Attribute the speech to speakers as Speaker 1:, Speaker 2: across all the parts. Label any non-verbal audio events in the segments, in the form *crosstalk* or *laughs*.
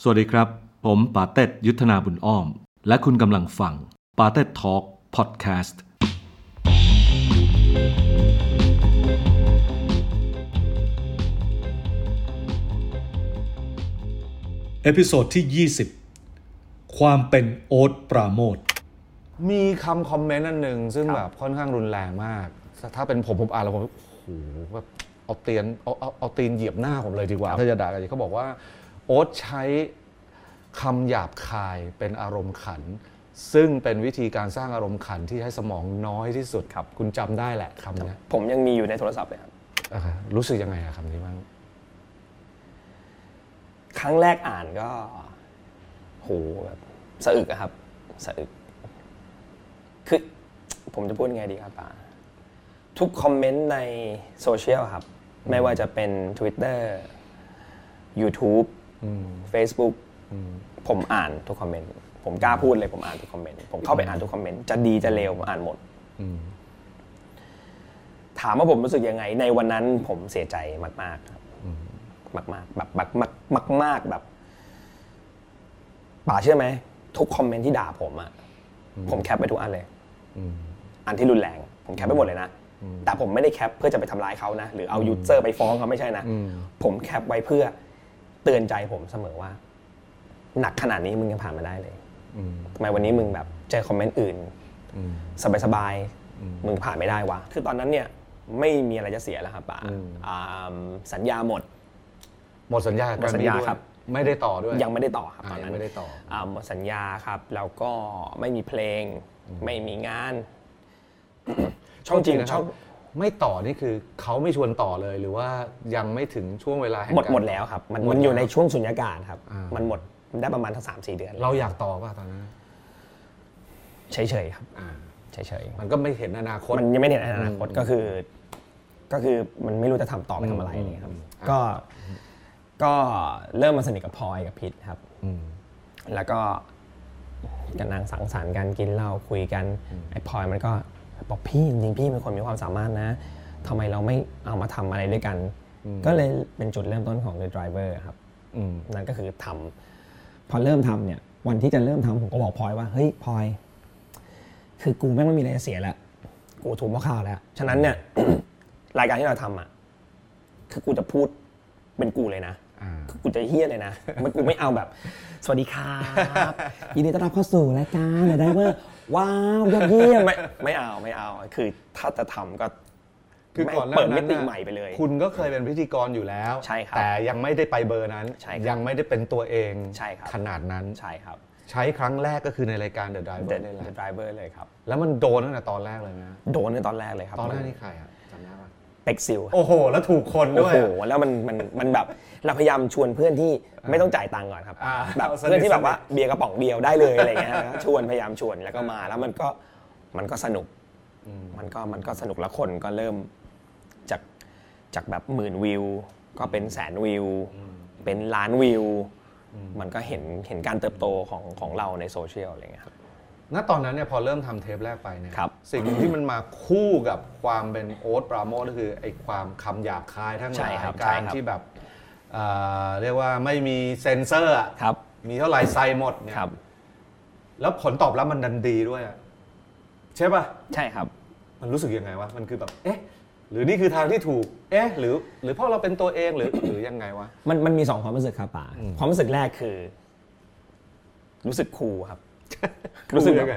Speaker 1: สวัสดีครับ ผมปาเต็ดยุทธนาบุญอ้อม และคุณกำลังฟังปาเต็ดทอล์กพอดแคสต์
Speaker 2: เอพิโซดที่ 20 ความเป็นโอ๊ตปราโมท
Speaker 3: มีคำคอมเมนต์อันหนึ่งซึ่งแบบค่อนข้างรุนแรงมาก ถ้าเป็นผมผมอ่านแล้วผมโอ้โหแบบเอาเตียนเอาเอาเอาตีนเหยียบหน้าผมเลยดีกว่าถ้าจะด่ากันเขาบอกว่า โอ๊ตใช้คำหยาบคายเป็นอารมณ์ขัน ซึ่งเป็นวิธีการสร้างอารมณ์ขันที่ให้สมองน้อยที่สุดครับ คุณจำได้แหละคำเนี้ย
Speaker 4: ผมยังมีอยู่ในโทรศัพท์เลยครับ
Speaker 3: อ่ะรู้สึกยังไงอะคำนี้บ้าง
Speaker 4: ครั้งแรกอ่านก็โหแบบสะอึกอะครับสะอึกคือ ผมจะพูดยังไงดีครับป่าทุกคอมเมนต์ในโซเชียลครับ ไม่ว่าจะเป็น Twitter YouTube Facebook ผมอ่านทุกคอมเมนต์ ผมกล้าพูดเลยผมอ่านทุกคอมเมนต์ ผมเข้าไปอ่านทุกคอมเมนต์ จะดีจะเลวผมอ่านหมด ถามว่าผมรู้สึกยังไง ในวันนั้นผมเสียใจมาก ๆ ครับ มาก ๆ แบบมากมากมากมากแบบป่าเชื่อไหม ทุกคอมเมนต์ที่ด่าผมอะผมแคปไปทุกอันเลย อันที่รุนแรง ผมแคปไปหมดเลยนะ แต่ผมไม่ได้แคปเพื่อจะไปทำร้ายเขานะ หรือเอายูเซอร์ไปฟ้องเขาไม่ใช่นะ ผมแคปไว้เพื่อเตือนใจผมเสมอว่า หนักขนาดนี้มึงยังผ่านมาได้เลยทำไมวันนี้มึงแบบเจอคอมเมนต์อื่น สบายสบายๆมึงผ่านไม่ได้วะ คือตอนนั้นเนี่ยไม่มีอะไรจะเสียแล้วครับป่าอ่าสัญญาหมด
Speaker 3: หมดสัญญา
Speaker 4: หมดสัญญา
Speaker 3: กันนี้ว
Speaker 4: ครับ
Speaker 3: ไม่ได้ต่อด้วย
Speaker 4: ยังไม่ได้ต่อครับ
Speaker 3: อ่า
Speaker 4: ตอนนั้
Speaker 3: ยั
Speaker 4: น
Speaker 3: งไม่ได้ต่ออ่
Speaker 4: าหมดสัญญาครับ แล้วก็ไม่มีเพลง ไม่มีงาน ช่องจริง
Speaker 3: นะค
Speaker 4: ช่
Speaker 3: รั
Speaker 4: อบ ง
Speaker 3: ไม่ต่อนี่คือเขาไม่ชวนต่อเลยหรือว่ายังไม่ถึงช่วงเวลาแห่ง
Speaker 4: หมด
Speaker 3: การ
Speaker 4: หมดแล้วครับ มัน
Speaker 3: หมด
Speaker 4: มันอยู่
Speaker 3: แล้ว
Speaker 4: ในช่วงสุญญากาศครับ
Speaker 3: อ่ามั
Speaker 4: มันหมดได้ประมาณทั้งสามสี่เดือน
Speaker 3: เราอยากต่อป่ะตอนนั้น
Speaker 4: เฉยๆครับ
Speaker 3: อ่า
Speaker 4: เฉย
Speaker 3: มันก็ไม่เห็นอนาคต
Speaker 4: ๆมันยังไม่เห็นอนาคตก็คือ ก็คือมันไม่รู้จะทำต่อไปทำอะไร
Speaker 3: อืม
Speaker 4: นี่ครับ
Speaker 3: อืม
Speaker 4: ก็ก็เริ่มมาสนิทกับพลอยกับพิษครับ แล้วก็กันนางสังสรรค์กันกินเหล้าคุยกันไอ้พลอยมันก็บอกพี่จริงๆพี่เป็นคนมีความสามารถนะทำไมเราไม่เอามาทำอะไรด้วยกัน ก็เลยเป็นจุดเริ่มต้นของ The Driver ครับนั่นก็คือทำพอเริ่มทำเนี่ย วันที่จะเริ่มทำผมก็บอกพลอยว่าเฮ้ยพลอย คือกูแม่งไม่มีอะไรจะเสียแล้วกูถูกมะข่าวแล้ว ฉะนั้นเนี่ย *coughs* รายการที่เราทำอ่ะคือกูจะพูดเป็นกูเลยนะ
Speaker 3: อ่า
Speaker 4: กูจะเฮี้ยเลยนะ มันกูไม่เอาแบบ สวัสดีครับ
Speaker 3: *laughs*
Speaker 4: ยินดีต้อนรับเข้าสู่รายการเดอะไดเวอร์ว้าวยอดเยี่ยมไม่ไม่เอาไม่เอา คือถ้าจะทำก็
Speaker 3: คือก่อนหน้า
Speaker 4: เปิดมิ
Speaker 3: นั้น
Speaker 4: ติ
Speaker 3: น่ะ
Speaker 4: ใหม่ไปเลย
Speaker 3: คุณก็เคยเป็นพิธีกรอยู่แล้ว
Speaker 4: ใช่ครับ
Speaker 3: แต่ยังไม่ได้ไปเบอร์นั้น
Speaker 4: ใช่ครับ
Speaker 3: ยังไม่ได้เป็นตัวเอง
Speaker 4: ใช่ครับ
Speaker 3: ขนาดนั้น
Speaker 4: ใช่ครับ
Speaker 3: ใช้ครั้งแรกก็คือในรายการ The
Speaker 4: เด
Speaker 3: Driver
Speaker 4: อะ
Speaker 3: นี่แหละ
Speaker 4: ไดเวอร์เลยครับ
Speaker 3: แล้วมันโดนตั้งแต่ตอนแรกเลยนะ
Speaker 4: โดนในตอนแรกเลยครับ
Speaker 3: ตอนแรกนี่ใครอะจำได้ปะ
Speaker 4: เป็กซิล
Speaker 3: โอ้โห แล้วถูกคน
Speaker 4: โอ้
Speaker 3: ด้วย
Speaker 4: โห
Speaker 3: อะ
Speaker 4: แล้วมันมันมันแบบเราพยายามชวนเพื่อนที่ไม่ต้องจ่ายตังค์ก่อนครับ
Speaker 3: อ่า
Speaker 4: แบบ
Speaker 3: เอาสนิท
Speaker 4: เพื่อนที่แบบว่าเบียร์กระป๋องเดียวได้เลยอะไรเงี้ยนะ *laughs* ชวนพยายามชวนแล้วก็มาแล้วมันก็มันก็สนุก มันก็มันก็สนุกแล้วคนก็เริ่มจากจากแบบหมื่นวิว ก็เป็นแสนวิว เป็นล้านวิว มันก็เห็นเห็นการเติบโตของของเราในโซเชียลอะไรเงี้ยครับ
Speaker 3: ณตอนนั้นเนี่ยพอเริ่มทำเทปแรกไปเนี่ย
Speaker 4: ครับ
Speaker 3: สิ่งหนึ่งที่มันมาคู่กับความเป็นโอ๊ตปราโมทก็คือไอ้ความคำหยาบคายทั้งห
Speaker 4: ใช่
Speaker 3: ลาย
Speaker 4: ครับใช่
Speaker 3: การ
Speaker 4: ครับ
Speaker 3: ที่แบบเอ่อเรียกว่าไม่มีเซ็นเซอร์อะ
Speaker 4: ครับ
Speaker 3: มีเท่าไหร่ใส่หมดเนี่ย
Speaker 4: ครับ
Speaker 3: แล้วผลตอบรับมันดันดีด้วยอะใช่ปะ
Speaker 4: ใช่ครับ
Speaker 3: มันรู้สึกยังไงวะ มันคือแบบ เอ๊ะ หรือนี่คือทางที่ถูก เอ๊ะ หรือ หรือเพราะเราเป็นตัวเองหรือ หรือยังไงวะ
Speaker 4: มันมันมีสองความรู้สึกครับป่าความรู้สึกแรกคือ รู้สึกคูล *laughs* ครับ รู้สึกแบบ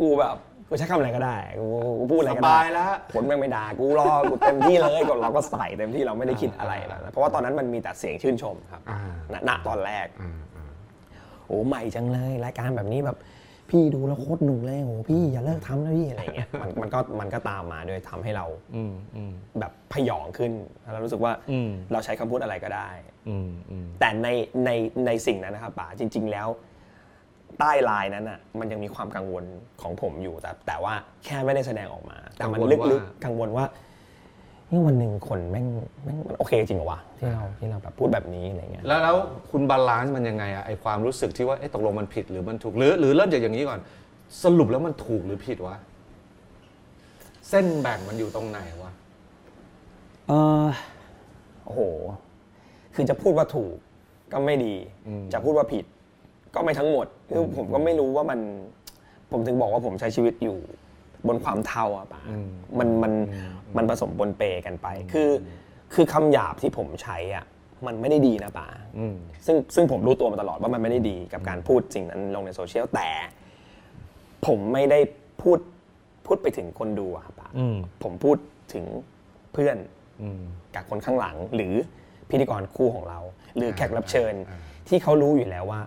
Speaker 4: กูแบบกูใช้คำอะไรก็ได้กูกูพูดอะไรก็
Speaker 3: ส
Speaker 4: ได้
Speaker 3: บายแล้ว
Speaker 4: ผลแม่งไม่ด่ากูรอกูเต็มที่เลยก็เราก็ใส่เต็มที่เราไม่ได้คิดอะไรแล้วนะเพราะว่าตอนนั้นมันมีแต่เสียงชื่นชมครับ
Speaker 3: อ่า
Speaker 4: ณณตอนแรก โอ้ใหม่จังเลยรายการแบบนี้แบบ พี่ดูแล้วโคตรหนุกเลยโอ้พี่อย่าเลิกทำนะพี่อะไรอย่างเงี้ *laughs* ยมันมันก็มันก็ตามมาด้วยทำให้เรา
Speaker 3: อืมอืม
Speaker 4: แบบพยองขึ้นแล้วเรารู้สึกว่าเราใช้คำพูดอะไรก็ได้
Speaker 3: อืมอืม
Speaker 4: แต่ในในในสิ่งนั้นนะครับป๋าจริง ๆ แล้ว ใต้ลายนั้นอ่ะมันยังมีความกังวลของผมอยู่แต่แต่ว่าแค่ไม่ได้แสดงออกมา แต่มันลึกๆกังวลว่านี่วันหนึ่งคนแม่งแม่งมันโอเคจริงเหรอวะที่เราที่เราแบบพูดแบบนี้อะไรเงี้ย
Speaker 3: แล้วแล้วคุณบาลานซ์มันยังไงอะไอความรู้สึกที่ว่า เอ๊ะ ตกลงมันผิดหรือมันถูก หรือ หรือเริ่มจากอย่างนี้ก่อน สรุปแล้วมันถูกหรือผิดวะ เส้นแบ่งมันอยู่ตรงไหนวะ
Speaker 4: เออโอ้โห คือจะพูดว่าถูก ก็ไม่ดี จะพูดว่าผิด ก็ไม่ทั้งหมดคือผมก็ไม่รู้ว่ามัน ผมถึงบอกว่าผมใช้ชีวิตอยู่บนความเทาอะป่ะมันมันมันผสมบนเปกันไป คือคือคำหยาบที่ผมใช้อะมันไม่ได้ดีนะป่าซึ่งซึ่งผมรู้ตัวมาตลอดว่ามันไม่ได้ดีกับการพูดสิ่งนั้นลงในโซเชียลแต่ ผมไม่ได้พูดพูดไปถึงคนดูอะครับปะผมพูดถึงเพื่อนกับคนข้างหลัง หรือพิธีกรคู่ของเรา หรือแขกรับเชิญที่เขารู้อยู่แล้วว่า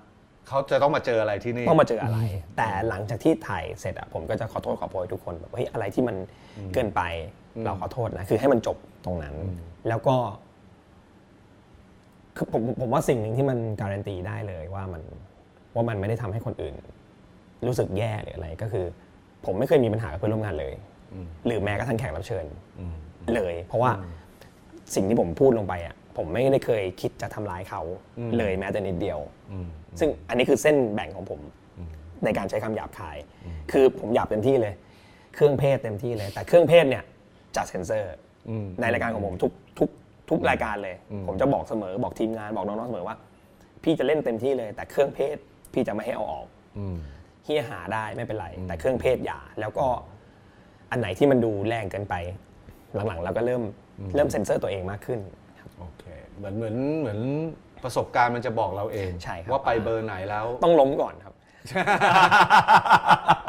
Speaker 3: เขาจะต้องมาเจออะไรที่นี่
Speaker 4: ต้องมาเจออะไร แต่หลังจากที่ถ่ายเสร็จอะผมก็จะขอโทษขอโพยทุกคนแบบเฮ้ยอะไรที่มันเกินไปเราขอโทษนะคือให้มันจบตรงนั้น แล้วก็คือผมผมว่าสิ่งหนึ่งที่มันการันตีได้เลยว่ามันว่ามันไม่ได้ทำให้คนอื่น รู้สึกแย่หรืออะไรก็คือ ผมไม่เคยมีปัญหากับเพื่อนร่วมงานเลย หรือแม้กระทั่งแขกรับเชิญเลย เพราะว่าสิ่งที่ผมพูดลงไปอ่ะผมไม่ได้เคยคิดจะทำร้ายเขาเลยแม้แต่นิดเดียวซึ่งอันนี้คือเส้นแบ่งของผมในการใช้คำหยาบคาย คือผมหยาบเต็มที่เลย เครื่องเพศเต็มที่เลย แต่เครื่องเพศเนี่ยจะเซ็นเซอร์ ในรายการของผมทุกทุกทุกรายการเลย ผมจะบอกเสมอบอกทีมงานบอกน้องๆเสมอว่า พี่จะเล่นเต็มที่เลย แต่เครื่องเพศพี่จะไม่ให้เอาออก เฮียหาได้ไม่เป็นไร แต่เครื่องเพศอย่า แล้วก็อันไหนที่มันดูแรงเกินไป หลังๆเราก็เริ่มเริ่มเซ็นเซอร์ตัวเองมากขึ้นครับ
Speaker 3: โอเคเหมือนเหมือนเหมือนประสบการณ์มันจะบอกเราเอง
Speaker 4: ใช่ครับ
Speaker 3: ว่าไปเบอร์ไหนแล้ว
Speaker 4: ต้องล้มก่อนครับ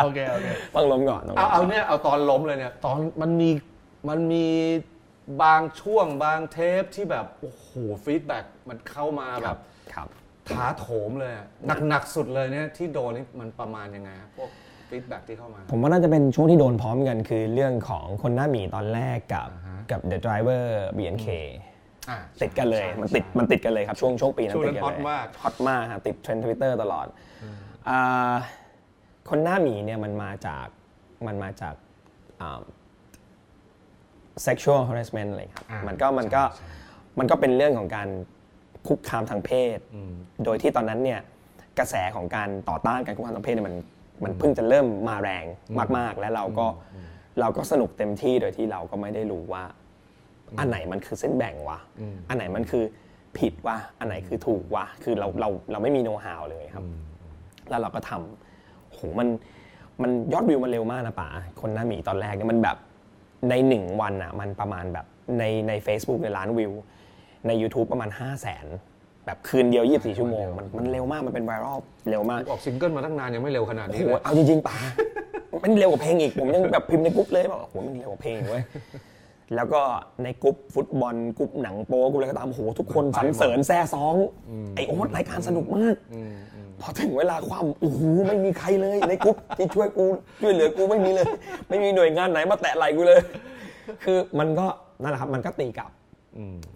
Speaker 3: โอเคโอเค
Speaker 4: ต้องล้มก่อนต้องล้
Speaker 3: เอา
Speaker 4: ม
Speaker 3: เอาเนี่ยเอาตอนล้มเลยเนี่ยตอนมันมีมันมีบางช่วงบางเทปที่แบบ โอ้โหฟีดแบ็กมันเข้ามา
Speaker 4: ค
Speaker 3: แบ
Speaker 4: รับบ ครับ
Speaker 3: ถาโถมเลยอะหนักหนักสุดเลยเนี่ยที่โดนนี่มันประมาณยังไงฮะพวกฟีดแบ็กที่เข้ามา
Speaker 4: ผมว่าน่าจะเป็นช่วงที่โดนพร้อมกันคือเรื่องของคนหน้าหมีตอนแรกกับกับ The Driver BNK
Speaker 3: อ่ะ
Speaker 4: ติดกันเลยมันติดมันติดกันเลยครับช่วงช่วงปีนั้น
Speaker 3: ช่วงนั้
Speaker 4: ติ
Speaker 3: น
Speaker 4: ดกั
Speaker 3: ฮอต
Speaker 4: เลย
Speaker 3: มาก
Speaker 4: ฮอตมากครับติดเทรนด์ทวิตเตอร์ตลอดาคนหน้าหมีเนี่ยมันมาจากมันมาจากอ่า sexual harassment อะไรครับ
Speaker 3: อ่ามั
Speaker 4: มันก็มันก็
Speaker 3: ใช่
Speaker 4: มันก็เป็นเรื่องของการคุกคามทางเพศ โดยที่ตอนนั้นเนี่ยกระแสของการต่อต้านการคุกคามทางเพศเนี่ยมันมันเพิ่งจะเริ่มมาแรงมาก ๆ และเราก็เราก็สนุกเต็มที่โดยที่เราก็ไม่ได้รู้ว่า อันไหนมันคือเส้นแบ่งวะ อันไหนมันคือผิดวะ อันไหนคือถูกวะ คือเราเราเราไม่มีโน้ตฮาวเลยครับ แล้วเราก็ทำโหมันมันยอดวิวมันเร็วมากนะป๋า คนหน้าหมีตอนแรกเนี่ยมันแบบในหนึ่งวันอ่ะมันประมาณแบบในใน Facebook ในยล้านวิว ใน YouTube ประมาณ 5 0 0 0 0นแบบคืนเดียว 24 ชั่วโมง มันมันเร็วมาก มันเป็นไวรัลเร็วมาก
Speaker 3: ออกซิงเกิลมาตั้งนานยังไม่เร็วขนาด
Speaker 4: โอ้
Speaker 3: นี้
Speaker 4: โห
Speaker 3: เลย
Speaker 4: เอาจริงๆป่า มันเร็วกว่าเพลงอีก ผมยังแบบพิมพ์ในกรุ๊ปเลยบอกโอ้โหมันเร็วกว่าเพลงอีกเว้ย แล้วก็ในกรุ๊ปฟุตบอลกรุ๊ปหนังโป๊กรุ๊ปอะไรก็ตามโอ้โหทุกคนสรรเสริญแซ่ซ้อง ไอโอ๊ตรายการสนุกมาก พอถึงเวลาความโอ้โหไม่มีใครเลยในกรุ๊ปที่ช่วยกูช่วยเหลือกูไม่มีเลย ไม่มีหน่วยงานไหนมาแตะไหลกูเลย คือมันก็นั่นแหละครับมันก็ตีกลับ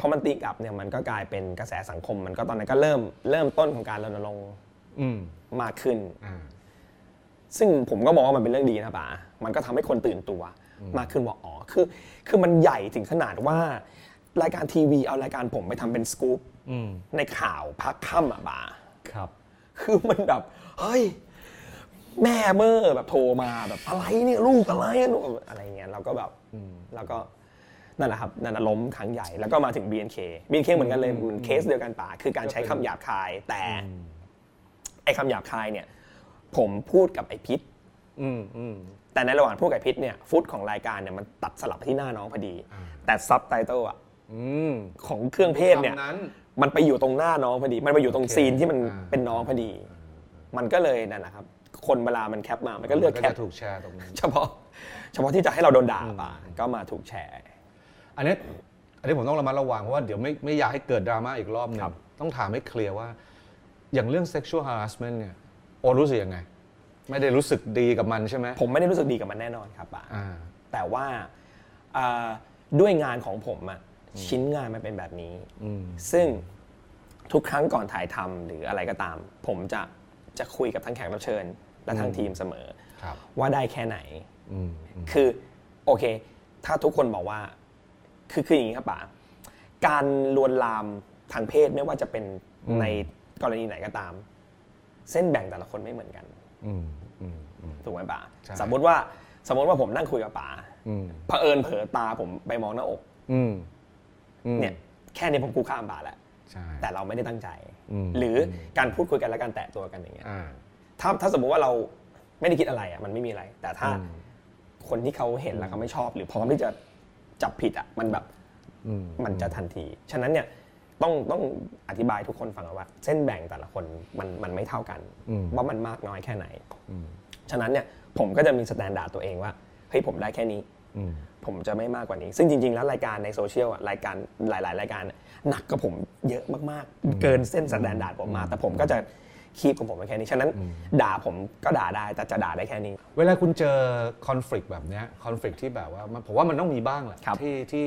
Speaker 4: พอมันตีกลับเนี่ยมันก็กลายเป็นกระแสสังคม มันก็ตอนนั้นก็เริ่มเริ่มต้นของการรณรงค์
Speaker 3: อืม
Speaker 4: มากขึ้น
Speaker 3: อ่า
Speaker 4: ซึ่งผมก็มองว่ามันเป็นเรื่องดีนะป๋า มันก็ทำให้คนตื่นตัว มากขึ้นว่าอ๋อ คือ คือมันใหญ่ถึงขนาดว่า รายการทีวีเอารายการผมไปทำเป็นสกู๊ปในข่าวพักค่ำอ่ะป๋า
Speaker 3: ครับ
Speaker 4: คือมันแบบ เฮ้ย แม่เมื่อแบบโทรมาแบบอะไรเนี่ยลูกอะไรอะลูกอะไรเงี้ยเราก็แบบเราก็นั่นแหละครับนั่นน่ะล้มครั้งใหญ่แล้วก็มาถึง BNK BNK เหมือนกันเลยเหมือนเคสเดียวกันป่ะคือการใช้คำหยาบคาย แต่ไอ้คำหยาบคายเนี่ย ผมพูดกับไอ้พิษ
Speaker 3: อืมอืม
Speaker 4: แต่ในระหว่างพูดกับพิษเนี่ยฟุตของรายการเนี่ยมันตัดสลับไปที่หน้าน้องพอดี แต่ซับไตเติลอะ
Speaker 3: อืม
Speaker 4: ของเครื่องเพศเนี่ย
Speaker 3: คำนั้น
Speaker 4: มันไปอยู่ตรงหน้าน้องพอดี มันไปอยู่ตรง
Speaker 3: โอเค
Speaker 4: ซีนที่มัน
Speaker 3: อ่า
Speaker 4: เป็นน้องพอดี มันก็เลยนั่นแหละครับ คนเวลามันแคปมา มันก็เลือก
Speaker 3: มัน
Speaker 4: แค
Speaker 3: ก็
Speaker 4: ป *laughs*
Speaker 3: จะถูกแชร์ตรงนั้น
Speaker 4: เฉพาะ เฉพาะที่จะให้เราโดนด่าป่ะก็มาถูกแชร์
Speaker 3: อันนี้อันนี้ผมต้องระมัดระวังเพราะว่าเดี๋ยวไม่ไม่อยากให้เกิดดราม่าอีกรอบหนึงต้องถามให้เคลียร์ว่า อย่างเรื่อง sexual harassment เนี่ยโอรู้สึกยังไง ไม่ได้รู้สึกดีกับมันใช่ไหม
Speaker 4: ผมไม่ได้รู้สึกดีกับมันแน่นอนครับป่ะ
Speaker 3: อ่า
Speaker 4: แต่ว่าเอ่อด้วยงานของผมอะชิ้นงานมันเป็นแบบนี้ ซึ่งทุกครั้งก่อนถ่ายทำหรืออะไรก็ตาม ผมจะจะคุยกับทั้งแขกรับเชิญ และทั้งทีมเสมอ
Speaker 3: ครับ
Speaker 4: ว่าได้แค่ไหน
Speaker 3: อืม
Speaker 4: คือโอเค ถ้าทุกคนบอกว่า คือคืออย่างนี้ครับป๋าการลวนลามทางเพศไม่ว่าจะเป็นในกรณีไหนก็ตาม เส้นแบ่งแต่ละคนไม่เหมือนกัน
Speaker 3: อืมอืม
Speaker 4: ถูกไหมป๋า
Speaker 3: ใช่
Speaker 4: สมมติว่าสมมติว่าผมนั่งคุยกับป๋า
Speaker 3: อืม
Speaker 4: เผอิญเผลอตาผมไปมองหน้าอก
Speaker 3: อืมอืม
Speaker 4: เนี่ยแค่นี้ผมกูข้ามบาทแล้ว
Speaker 3: ใช่
Speaker 4: แต่เราไม่ได้ตั้งใจ หรือการพูดคุยกันและการแตะตัวกันอย่างเงี้ย
Speaker 3: อ่า
Speaker 4: ถ้าถ้าสมมติว่าเราไม่ได้คิดอะไรอ่ะมันไม่มีอะไร แต่ถ้าคนที่เขาเห็นแล้วเขาไม่ชอบหรือพร้อมที่จะจับผิดอ่ะมันแบบมันจะทันที ฉะนั้นเนี่ยต้องต้องอธิบายทุกคนฟังว่า เส้นแบ่งแต่ละคนมันมันไม่เท่ากันว่ามันมากน้อยแค่ไหนฉะนั้นเนี่ยผมก็จะมีสแตนดาร์ดตัวเองว่าเฮ้ยผมได้แค่นี้ผมจะไม่มากกว่านี้ ซึ่งจริง ๆ แล้วรายการในโซเชียลอ่ะรายการหลาย ๆ รายการอะหนักกับผมเยอะมากๆ เกินเส้นสแตนดาร์ดผมมา แต่ผมก็จะ คีบของผมไว้แค่นี้ ฉะนั้นด่าผมก็ด่าได้ แต่จะด่าได้แค่นี้
Speaker 3: เวลาคุณเจอคอน FLICT แบบเนี้ยคอน FLICT ที่แบบว่ามันผมว่ามันต้องมีบ้างแหละ
Speaker 4: ครับ
Speaker 3: ที่ที่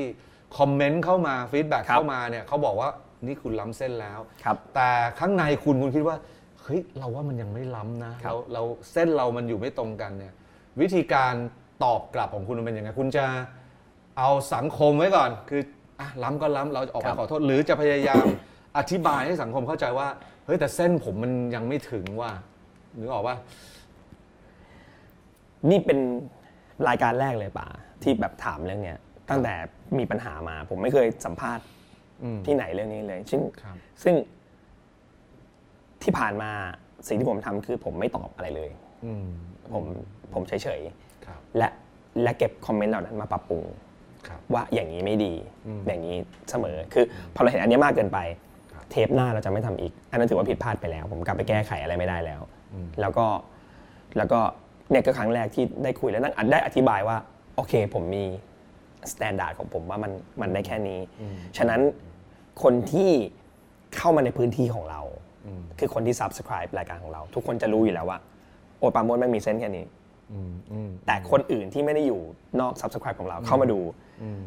Speaker 3: คอมเมนต์เข้ามาฟีดแบ็ก
Speaker 4: ครับ
Speaker 3: เข้ามาเนี่ยเขาบอกว่านี่คุณล้ำเส้นแล้ว
Speaker 4: ครับ
Speaker 3: แต่ข้างในคุณคุณคิดว่าเฮ้ยเราว่ามันยังไม่ล้ำนะครับ เราเราเส้นเรามันอยู่ไม่ตรงกันเนี่ยวิธีการตอบกลับของคุณมันเป็นยังไงคุณจะเอาสังคมไว้ก่อน คืออ่ะล้ำก็ล้ำเราจะออกไปขอโทษหรือจะพยายาม *coughs* อธิบายให้สังคมเข้าใจว่าเฮ้ยแต่เส้นผมมันยังไม่ถึงว่านึกออกป่ะ
Speaker 4: นี่เป็นรายการแรกเลยป่าที่แบบถามเรื่องเนี้ยตั้งแต่มีปัญหามา ผมไม่เคยสัมภาษณ์ที่ไหนเรื่องนี้เลย ซึ่ง
Speaker 3: ครับ
Speaker 4: ซึ่งที่ผ่านมาสิ่งที่ผมทำคือผมไม่ตอบอะไรเลย
Speaker 3: อืม
Speaker 4: ผมผมเฉย
Speaker 3: ครับ
Speaker 4: ๆและและเก็บคอมเมนต์เหล่านั้นมาปรับปรุง
Speaker 3: ครับ
Speaker 4: ว่าอย่างนี้ไม่ดีอย่างนี้เสมอคือพอเราเห็นอันนี้มากเกินไป
Speaker 3: ครับ
Speaker 4: เทปหน้าเราจะไม่ทำอีก อันนั้นถือว่าผิดพลาดไปแล้ว ผมกลับไปแก้ไขอะไรไม่ได้แล้ว แล้วก็แล้วก็เนี่ยก็ครั้งแรกที่ได้คุยแล้วนั่งอัดได้อธิบายว่า โอเคผมมีสแตนดาร์ดของผมว่ามันมันได้แค่นี้ ฉะนั้นคนที่เข้ามาในพื้นที่ของเรา คือคนที่ subscribe รายการของเรา ทุกคนจะรู้อยู่แล้วว่า โอตปราโมดไม่งมีเส้นส์แค่นี้ แต่คนอื่นที่ไม่ได้อยู่นอก subscribe ของเราเข้ามาดู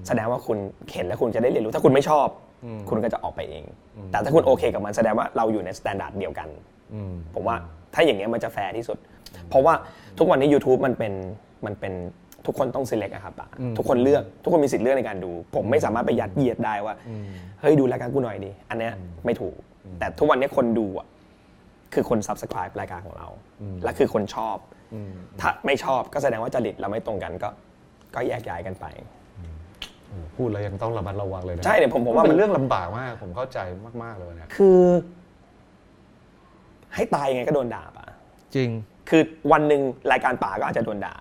Speaker 4: แสดงว่าคุณเห็นแล้วคุณจะได้เรียนรู้ ถ้าคุณไม่ชอบ คุณก็จะออกไปเอง แต่ถ้าคุณโอเคกับมันแสดงว่าเราอยู่ในสแตนดาร์ดเดียวกัน ผมว่าถ้าอย่างเงี้ยมันจะแฟร์ที่สุด เพราะว่าทุกวันนี้ YouTube มันเป็นมันเป็นทุกคนต้อง select อะครับอะทุกคนเลือกทุกคนมีสิทธิ์เลือกในการดู ผมไม่สามารถไปยัดเยียดได้ว่าเฮ้ยดูรายการกูหน่อยดิอันเนี้ยไม่ถูก แต่ทุกวันนี้คนดูอะคือคน subscribe รายการของเรา และคือคนชอบ ถ้าไม่ชอบก็แสดงว่าจริตเราไม่ตรงกันก็ ก็แยกย้ายกันไป
Speaker 3: พูดแล้วยังต้องระมัดระวังเลยนะ
Speaker 4: ใช่เนี่ยผมผมว่ามั
Speaker 3: เป็น นเรื่องลำบากมาก ผมเข้าใจมากๆเลยนะ
Speaker 4: คือ ให้ตายยังไงก็โดนด่าป่ะ
Speaker 3: จริง
Speaker 4: คือวันหนึ่งรายการป่าก็อาจจะโดนด่า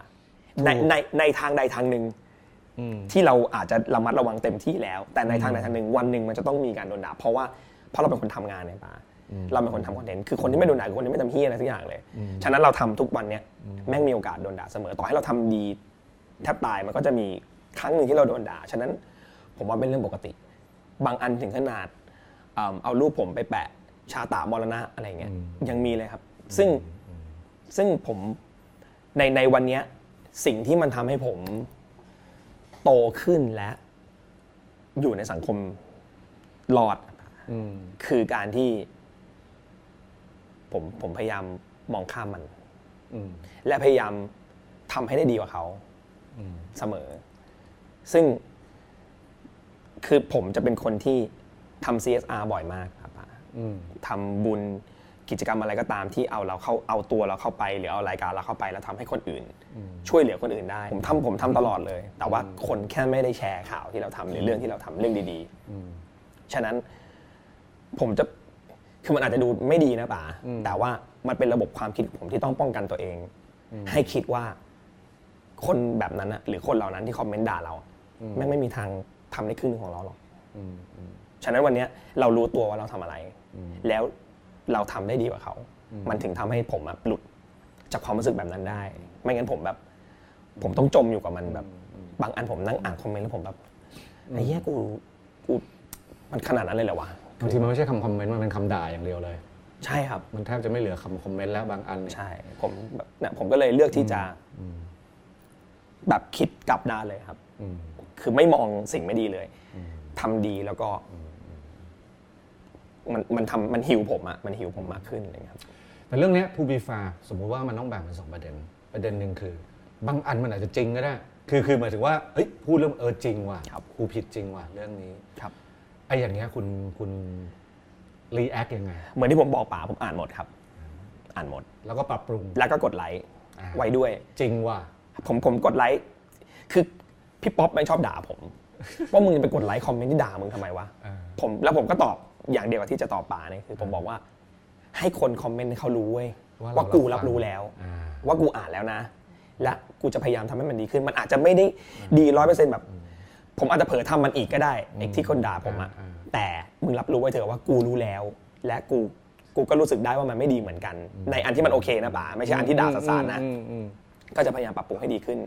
Speaker 4: ในในในทางใดทางหนึ่งที่เราอาจจะระมัดระวังเต็มที่แล้ว แต่ในทางใดทางหนึ่งวันหนึ่งมันจะต้องมีการโดนด่า เพราะว่าเพราะเราเป็นคนทำงานเนี่ยป่าเราเป็นคนทำคอนเทนต์คือคนที่ไม่โดนด่าคือคนที่ไม่ทำเฮียอะไรสักอย่างเลย ฉะนั้นเราทำทุกวันเนี่ยแม่งมีโอกาสโดนด่าเสมอต่อให้เราทำดีแทบตายมันก็จะมีครั้งหนึ่งที่เราโดนด่าฉะนั้นผมว่าเป็นเรื่องปกติ บางอันถึงขนาดเอิ่มเอารูปผมไปแปะชาตามรณะอะไรอย่างเงี้ยยังมีเลยครับ ซึ่ง ซึ่งผมในในวันเนี้ยสิ่งที่มันทำให้ผมโตขึ้นและ อยู่ในสังคมหลอดคือการที่ ผมผมพยายามมองข้ามมันและพยายามทำให้ได้ดีกว่าเขาเสมอ ซึ่งคือผมจะเป็นคนที่ทำ CSR บ่อยมากครับ ทำบุญกิจกรรมอะไรก็ตามที่เอาเราเข้าเอาตัวเราเข้าไปหรือเอารายการเราเข้าไปแล้วทำให้คนอื่น ช่วยเหลือคนอื่นได้ ผมทำผมทำตลอดเลย แต่ว่าคนแค่ไม่ได้แชร์ข่าวที่เราทำหรือเรื่องที่เราทำเรื่องดีๆฉะนั้นผมจะคือมันอาจจะดูไม่ดีนะป๋าแต่ว่ามันเป็นระบบความคิดของผมที่ต้องป้องกันตัวเอง ให้คิดว่าคนแบบนั้นนะหรือคนเหล่านั้นที่คอมเมนต์ด่าเราแม่งไม่มีทางทำได้ครึ่งหนึ่งของเราหรอก ฉะนั้นวันเนี้ยเรารู้ตัวว่าเราทำอะไร แล้วเราทำได้ดีกว่าเขา มันถึงทำให้ผมอะหลุดจากความรู้สึกแบบนั้นได้ ไม่งั้นผมแบบ ผมต้องจมอยู่กับมันแบบ บางอันผมนั่งอ่านคอมเมนต์แล้วผมแบบไอ้แย่กูกูมันขนาดนั้นเลยเหรอวะ
Speaker 3: บางทีมันไม่ใช่คำคอมเมนต์ มันเป็นคำด่าอย่างเดียวเลย
Speaker 4: ใช่ครับ
Speaker 3: มันแทบจะไม่เหลือคำคอมเมนต์แล้วบางอันเนี่ย
Speaker 4: ใช่ ผมแบบเนี่ยผมก็เลยเลือกที่จะแบบคิดกลับด้านเลยครับ
Speaker 3: อืม
Speaker 4: คือไม่มองสิ่งไม่ดีเลยทำดีแล้วก็ มันมันทำมันหิวผมอะมันหิวผมมากขึ้นอะไรเงี้ยครับ
Speaker 3: แต่เรื่องเนี้ทูบีฟาสมมุติว่ามันต้องแบ่งเป็นสองประเด็น ประเด็นหนึ่งคือ บางอันมันอาจจะจริงก็ได้ คือคือหมายถึงว่าเอ้ยพูดเรื่องเออจริงว่ะ
Speaker 4: ครับ
Speaker 3: ครูผิดจริงว่ะเรื่องนี้
Speaker 4: ครับ
Speaker 3: ไอ้อย่างเงี้ยคุณคุณรีแอคยังไง
Speaker 4: เหมือนที่ผมบอกป๋าผมอ่านหมดครับ อ่านหมด
Speaker 3: แล้วก็ปรับปรุง
Speaker 4: แล้วก็กดไลค์
Speaker 3: อ่า
Speaker 4: ไว้ด้วย
Speaker 3: จริงว่ะ
Speaker 4: ผมผมกดไลค์คือพี่ป๊อปมันชอบด่าผม ว่ามึงจะไปกดไลค์คอมเมนต์ที่ด่ามึงทำไมวะ
Speaker 3: อ่า
Speaker 4: ผมแล้วผมก็ตอบอย่างเดียวกับที่จะตอบป่าเนี่ยคือผมบอกว่า ให้คนคอมเมนต์ให้เขารู้เว้ย
Speaker 3: ว่าเรา
Speaker 4: ว่ากู
Speaker 3: รั
Speaker 4: รั
Speaker 3: บบ ฟัง
Speaker 4: รู้แล้ว
Speaker 3: อ่า
Speaker 4: ว่ากูอ่านแล้วนะ และกูจะพยายามทำให้มันดีขึ้น มันอาจจะไม่ได้ดีร้อยเปอร์เซ็นต์แบบ ผมอาจจะเผลอทำมันอีกก็ได้ไอ้ที่คนด่าผมอะ
Speaker 3: อ่าอ่า
Speaker 4: แต่มึงรับรู้ไว้เถอะว่ากูรู้แล้ว และกูกูก็รู้สึกได้ว่ามันไม่ดีเหมือนกัน ในอันที่มันโอเคนะป๋าไม่ใช่อันที่ด่าสาดๆนะ
Speaker 3: อืมอืม
Speaker 4: ก็จะพยายามปรับปรุงให้ดีขึ้น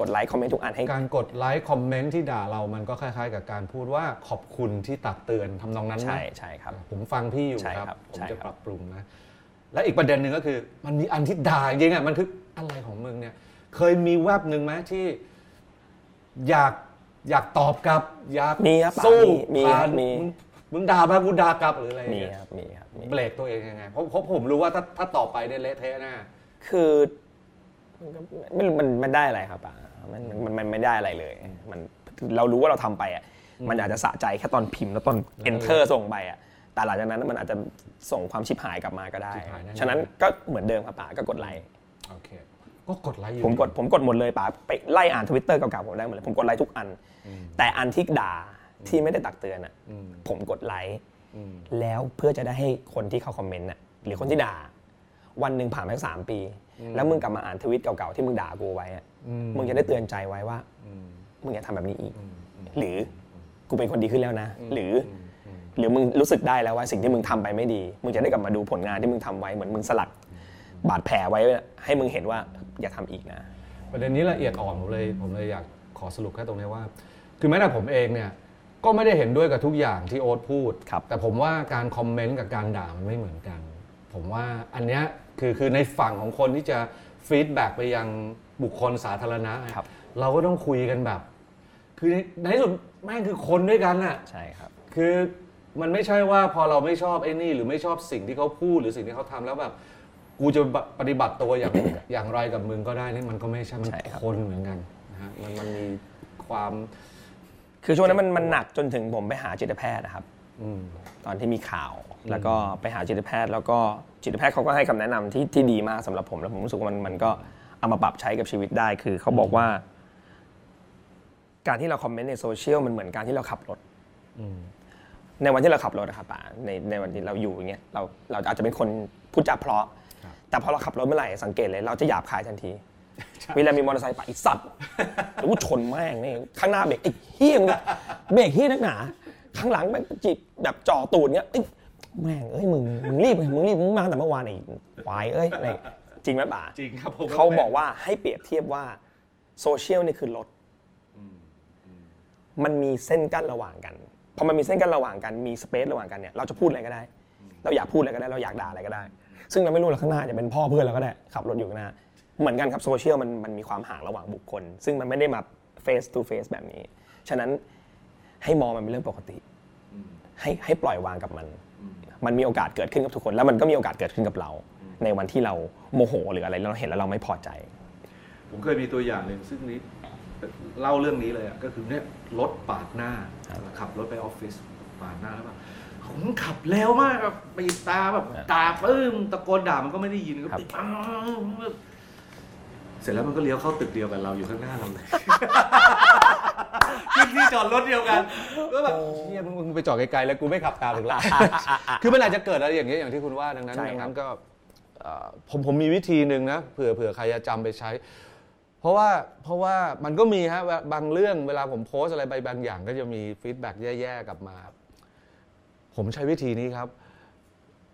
Speaker 4: กดไลค์คอมเมนต์ทุกอันให้
Speaker 3: การกดไลค์คอมเมนต์ที่ด่าเรามันก็คล้าย ๆ กับการพูดว่าขอบคุณที่ตักเตือนทำนองนั้นไหม
Speaker 4: ใช่ใช่ครับ
Speaker 3: ผมฟังพี่อยู่
Speaker 4: ใช่
Speaker 3: ครับ
Speaker 4: ครับ
Speaker 3: ผม
Speaker 4: ใช่
Speaker 3: จะ
Speaker 4: ค
Speaker 3: ป
Speaker 4: รับ
Speaker 3: รับปรุงนะ และอีกประเด็นหนึ่งก็คือ มันมีอันที่ด่าจริงๆอ่ะมันคืออะไรของมึงเนี่ย เคยมีแวบหนึ่งไหมที่ อยากอยากตอบกลับ อยาก
Speaker 4: มีครับ
Speaker 3: สู้
Speaker 4: มี
Speaker 3: ผ่า
Speaker 4: ครั
Speaker 3: น
Speaker 4: บมี
Speaker 3: มึงมึงด่ามากูด่ากลับหรืออะไรอย่าง
Speaker 4: มี
Speaker 3: เงี้ย
Speaker 4: ครับมีครับมี
Speaker 3: เบรกตัวเองยังไงเพราะเพราะผมรู้ว่าถ้าถ้าต่อไปเนี่ยเละเทะแน่
Speaker 4: คือมันก็ไม่รู้มันมันได้อะไรครับอ่ะมันมันมันไม่ได้อะไรเลย มันเรารู้ว่าเราทำไปอ่ะมันอาจจะสะใจแค่ตอนพิมพ์แล้วตอน enter ส่งไปอ่ะแต่หลังจากนั้นมันอาจจะส่งความชิบหายกลับมาก็ได้ ฉะนั้นก็เหมือนเดิมครับป๋าก็กดไลค์
Speaker 3: โอเค ก็กดไลค์อยู่
Speaker 4: ผมกดผมกดหมดเลยป๋าไปไล่อ่านทวิตเตอร์เก่าๆผมได้หมดเลยผมกดไลค์ทุกอัน แต่อันที่ด่าที่ไม่ได้ตักเตือนอ่ะ
Speaker 3: อืม
Speaker 4: ผมกดไลค์
Speaker 3: อืม
Speaker 4: แล้วเพื่อจะได้ให้คนที่เขาคอมเมนต์น่ะหรือคนที่ด่า วันหนึ่งผ่านไปสักสามปี แล้วมึงกลับมาอ่านทวิตเก่าๆที่มึงด่ากูไว้อะมึงจะได้เตือนใจไว้ว่า
Speaker 3: อืม
Speaker 4: มึงอย่าทำแบบนี้อีก
Speaker 3: อืมอืม
Speaker 4: หรือกูเป็นคนดีขึ้นแล้วนะ หรืออหรือมึงรู้สึกได้แล้วว่าสิ่งที่มึงทำไปไม่ดี มึงจะได้กลับมาดูผลงานที่มึงทำไว้เหมือนมึงสลักบาดแผลไว้ให้มึงเห็นว่าอย่าทำอีกนะ
Speaker 3: ประเด็นนี้ละเอียดอ่อนผมเลยผมเลยอยากขอสรุปแค่ตรงนี้ว่า คือแม้แต่ผมเองเนี่ยก็ไม่ได้เห็นด้วยกับทุกอย่างที่โอ๊ตพูด
Speaker 4: ครับ
Speaker 3: แต่ผมว่าการคอมเมนต์กับการด่ามันไม่เหมือนกัน ผมว่าอันเนี้ยคือคือในฝั่งของคนที่จะฟีดแบ็กไปยังบุคคลสาธารณะอะเราก็ต้องคุยกันแบบ คือในที่สุดแม่งคือคนด้วยกันอะ
Speaker 4: ใช่ครับ
Speaker 3: คือมันไม่ใช่ว่าพอเราไม่ชอบไอ้นี่ หรือไม่ชอบสิ่งที่เขาพูดหรือสิ่งที่เขาทำแล้วแบบ กูจะปฏิบัติตัวอย่าง อย่างไรกับมึงก็ได้นี่มันก็ไม่ใช่มัน
Speaker 4: ใช่ครับ
Speaker 3: คนเหมือนกันนะฮะมันมันมีความ
Speaker 4: คือช่วงนั้นมันมันหนักจนถึงผมไปหาจิตแพทย์นะครับ
Speaker 3: อืม
Speaker 4: ตอนที่มีข่าวแล้วก็ไปหาจิตแพทย์ แล้วก็จิตแพทย์เขาก็ให้คำแนะนำที่ที่ดีมากสำหรับผมแล้วผมรู้สึกว่ามันมันก็เอามาปรับใช้กับชีวิตได้คือเขาบอกว่า การที่เราคอมเมนต์ในโซเชียลมันเหมือนการที่เราขับรถในวันที่เราขับรถนะครับป่าในในวันที่เราอยู่อย่างเงี้ยเราเราอาจจะเป็นคนพูดจาเพราะ
Speaker 3: ครับ
Speaker 4: แต่พอเราขับรถเมื่อไหร่สังเกตเลย เราจะหยาบคายทันที เวลามีมอเตอร์ไซค์ปาดอีสัตว์หรือว่าชนแม่งนี่ข้างหน้าเบรกไอ้เฮี้ยมงเบรกเฮี้ยนักหนา ข้างหลังแม่งจีบแบบจ่อตูดเงี้ยเอ้ยแม่งเอ้ยมึงมึงรีบมึงรีบมึงมาตั้งแต่เมื่อวานไอ้ควายเอ้ยอะไรจริงไหมป่า
Speaker 3: จริงครับผม
Speaker 4: เขาบอกว่าให้เปรียบเทียบว่าโซเชียลนี่คือรถ มันมีเส้นกั้นระหว่างกัน พอมันมีเส้นกั้นระหว่างกัน มีสเปซระหว่างกันเนี่ย เราจะพูดอะไรก็ได้ เราอยากพูดอะไรก็ได้ เราอยากด่าอะไรก็ได้ ซึ่งเราไม่รู้หรอกข้างหน้าอาจจะเป็นพ่อเพื่อนเราก็ได้ ขับรถอยู่ข้างหน้า เหมือนกันครับโซเชียลมันมันมีความห่างระหว่างบุคคล ซึ่งมันไม่ได้มาเฟส to เฟสแบบนี้ ฉะนั้นให้มองมันเป็นเรื่องปกติ ให้ให้ปล่อยวางกับมัน มันมีโอกาสเกิดขึ้นกับทุกคน แล้วมันก็มีโอกาสเกิดขึ้นกับเรา ในวันที่เราโมโหหรืออะไรแล้วเราเห็นแล้วเราไม่พอใจ
Speaker 2: ผมเคยมีตัวอย่างหนึ่งซึ่งนี้เล่าเรื่องนี้เลยอ่ะก็คือเนี่ยรถปาดหน้า ขับรถไปออฟฟิศปาดหน้าแล้วแบบผมขับเร็วมากแบบปีดตาแบบตาปลื้มตะโกนด่ามันก็ไม่ได้ยินก็
Speaker 4: ครับ
Speaker 2: ปิดอ้าวเสร็จแล้วมันก็เลี้ยวเข้าตึกเดียวกันเราอยู่ข้างหน้าเราเลย ขึ้นที่จอดรถเดียวกันก็แบบ
Speaker 3: เชี่ยมึงมึงไปจอดไกลๆแล้วกูไม่ขับตามถึงละ คือมันอาจจะเกิดอะไรอย่างเงี้ยอย่างที่คุณว่าดังนั้น
Speaker 4: ใช่
Speaker 3: ดัง
Speaker 4: ครั
Speaker 3: นั้
Speaker 4: บ
Speaker 3: นก็เอ่อผมผมมีวิธีหนึ่งนะเผื่อเผื่อใครจะจำไปใช้ เพราะว่าเพราะว่ามันก็มีฮะบางเรื่องเวลาผมโพสต์อะไรไปบางอย่างก็จะมีฟีดแบ็กแย่ๆกลับมา ผมใช้วิธีนี้ครับ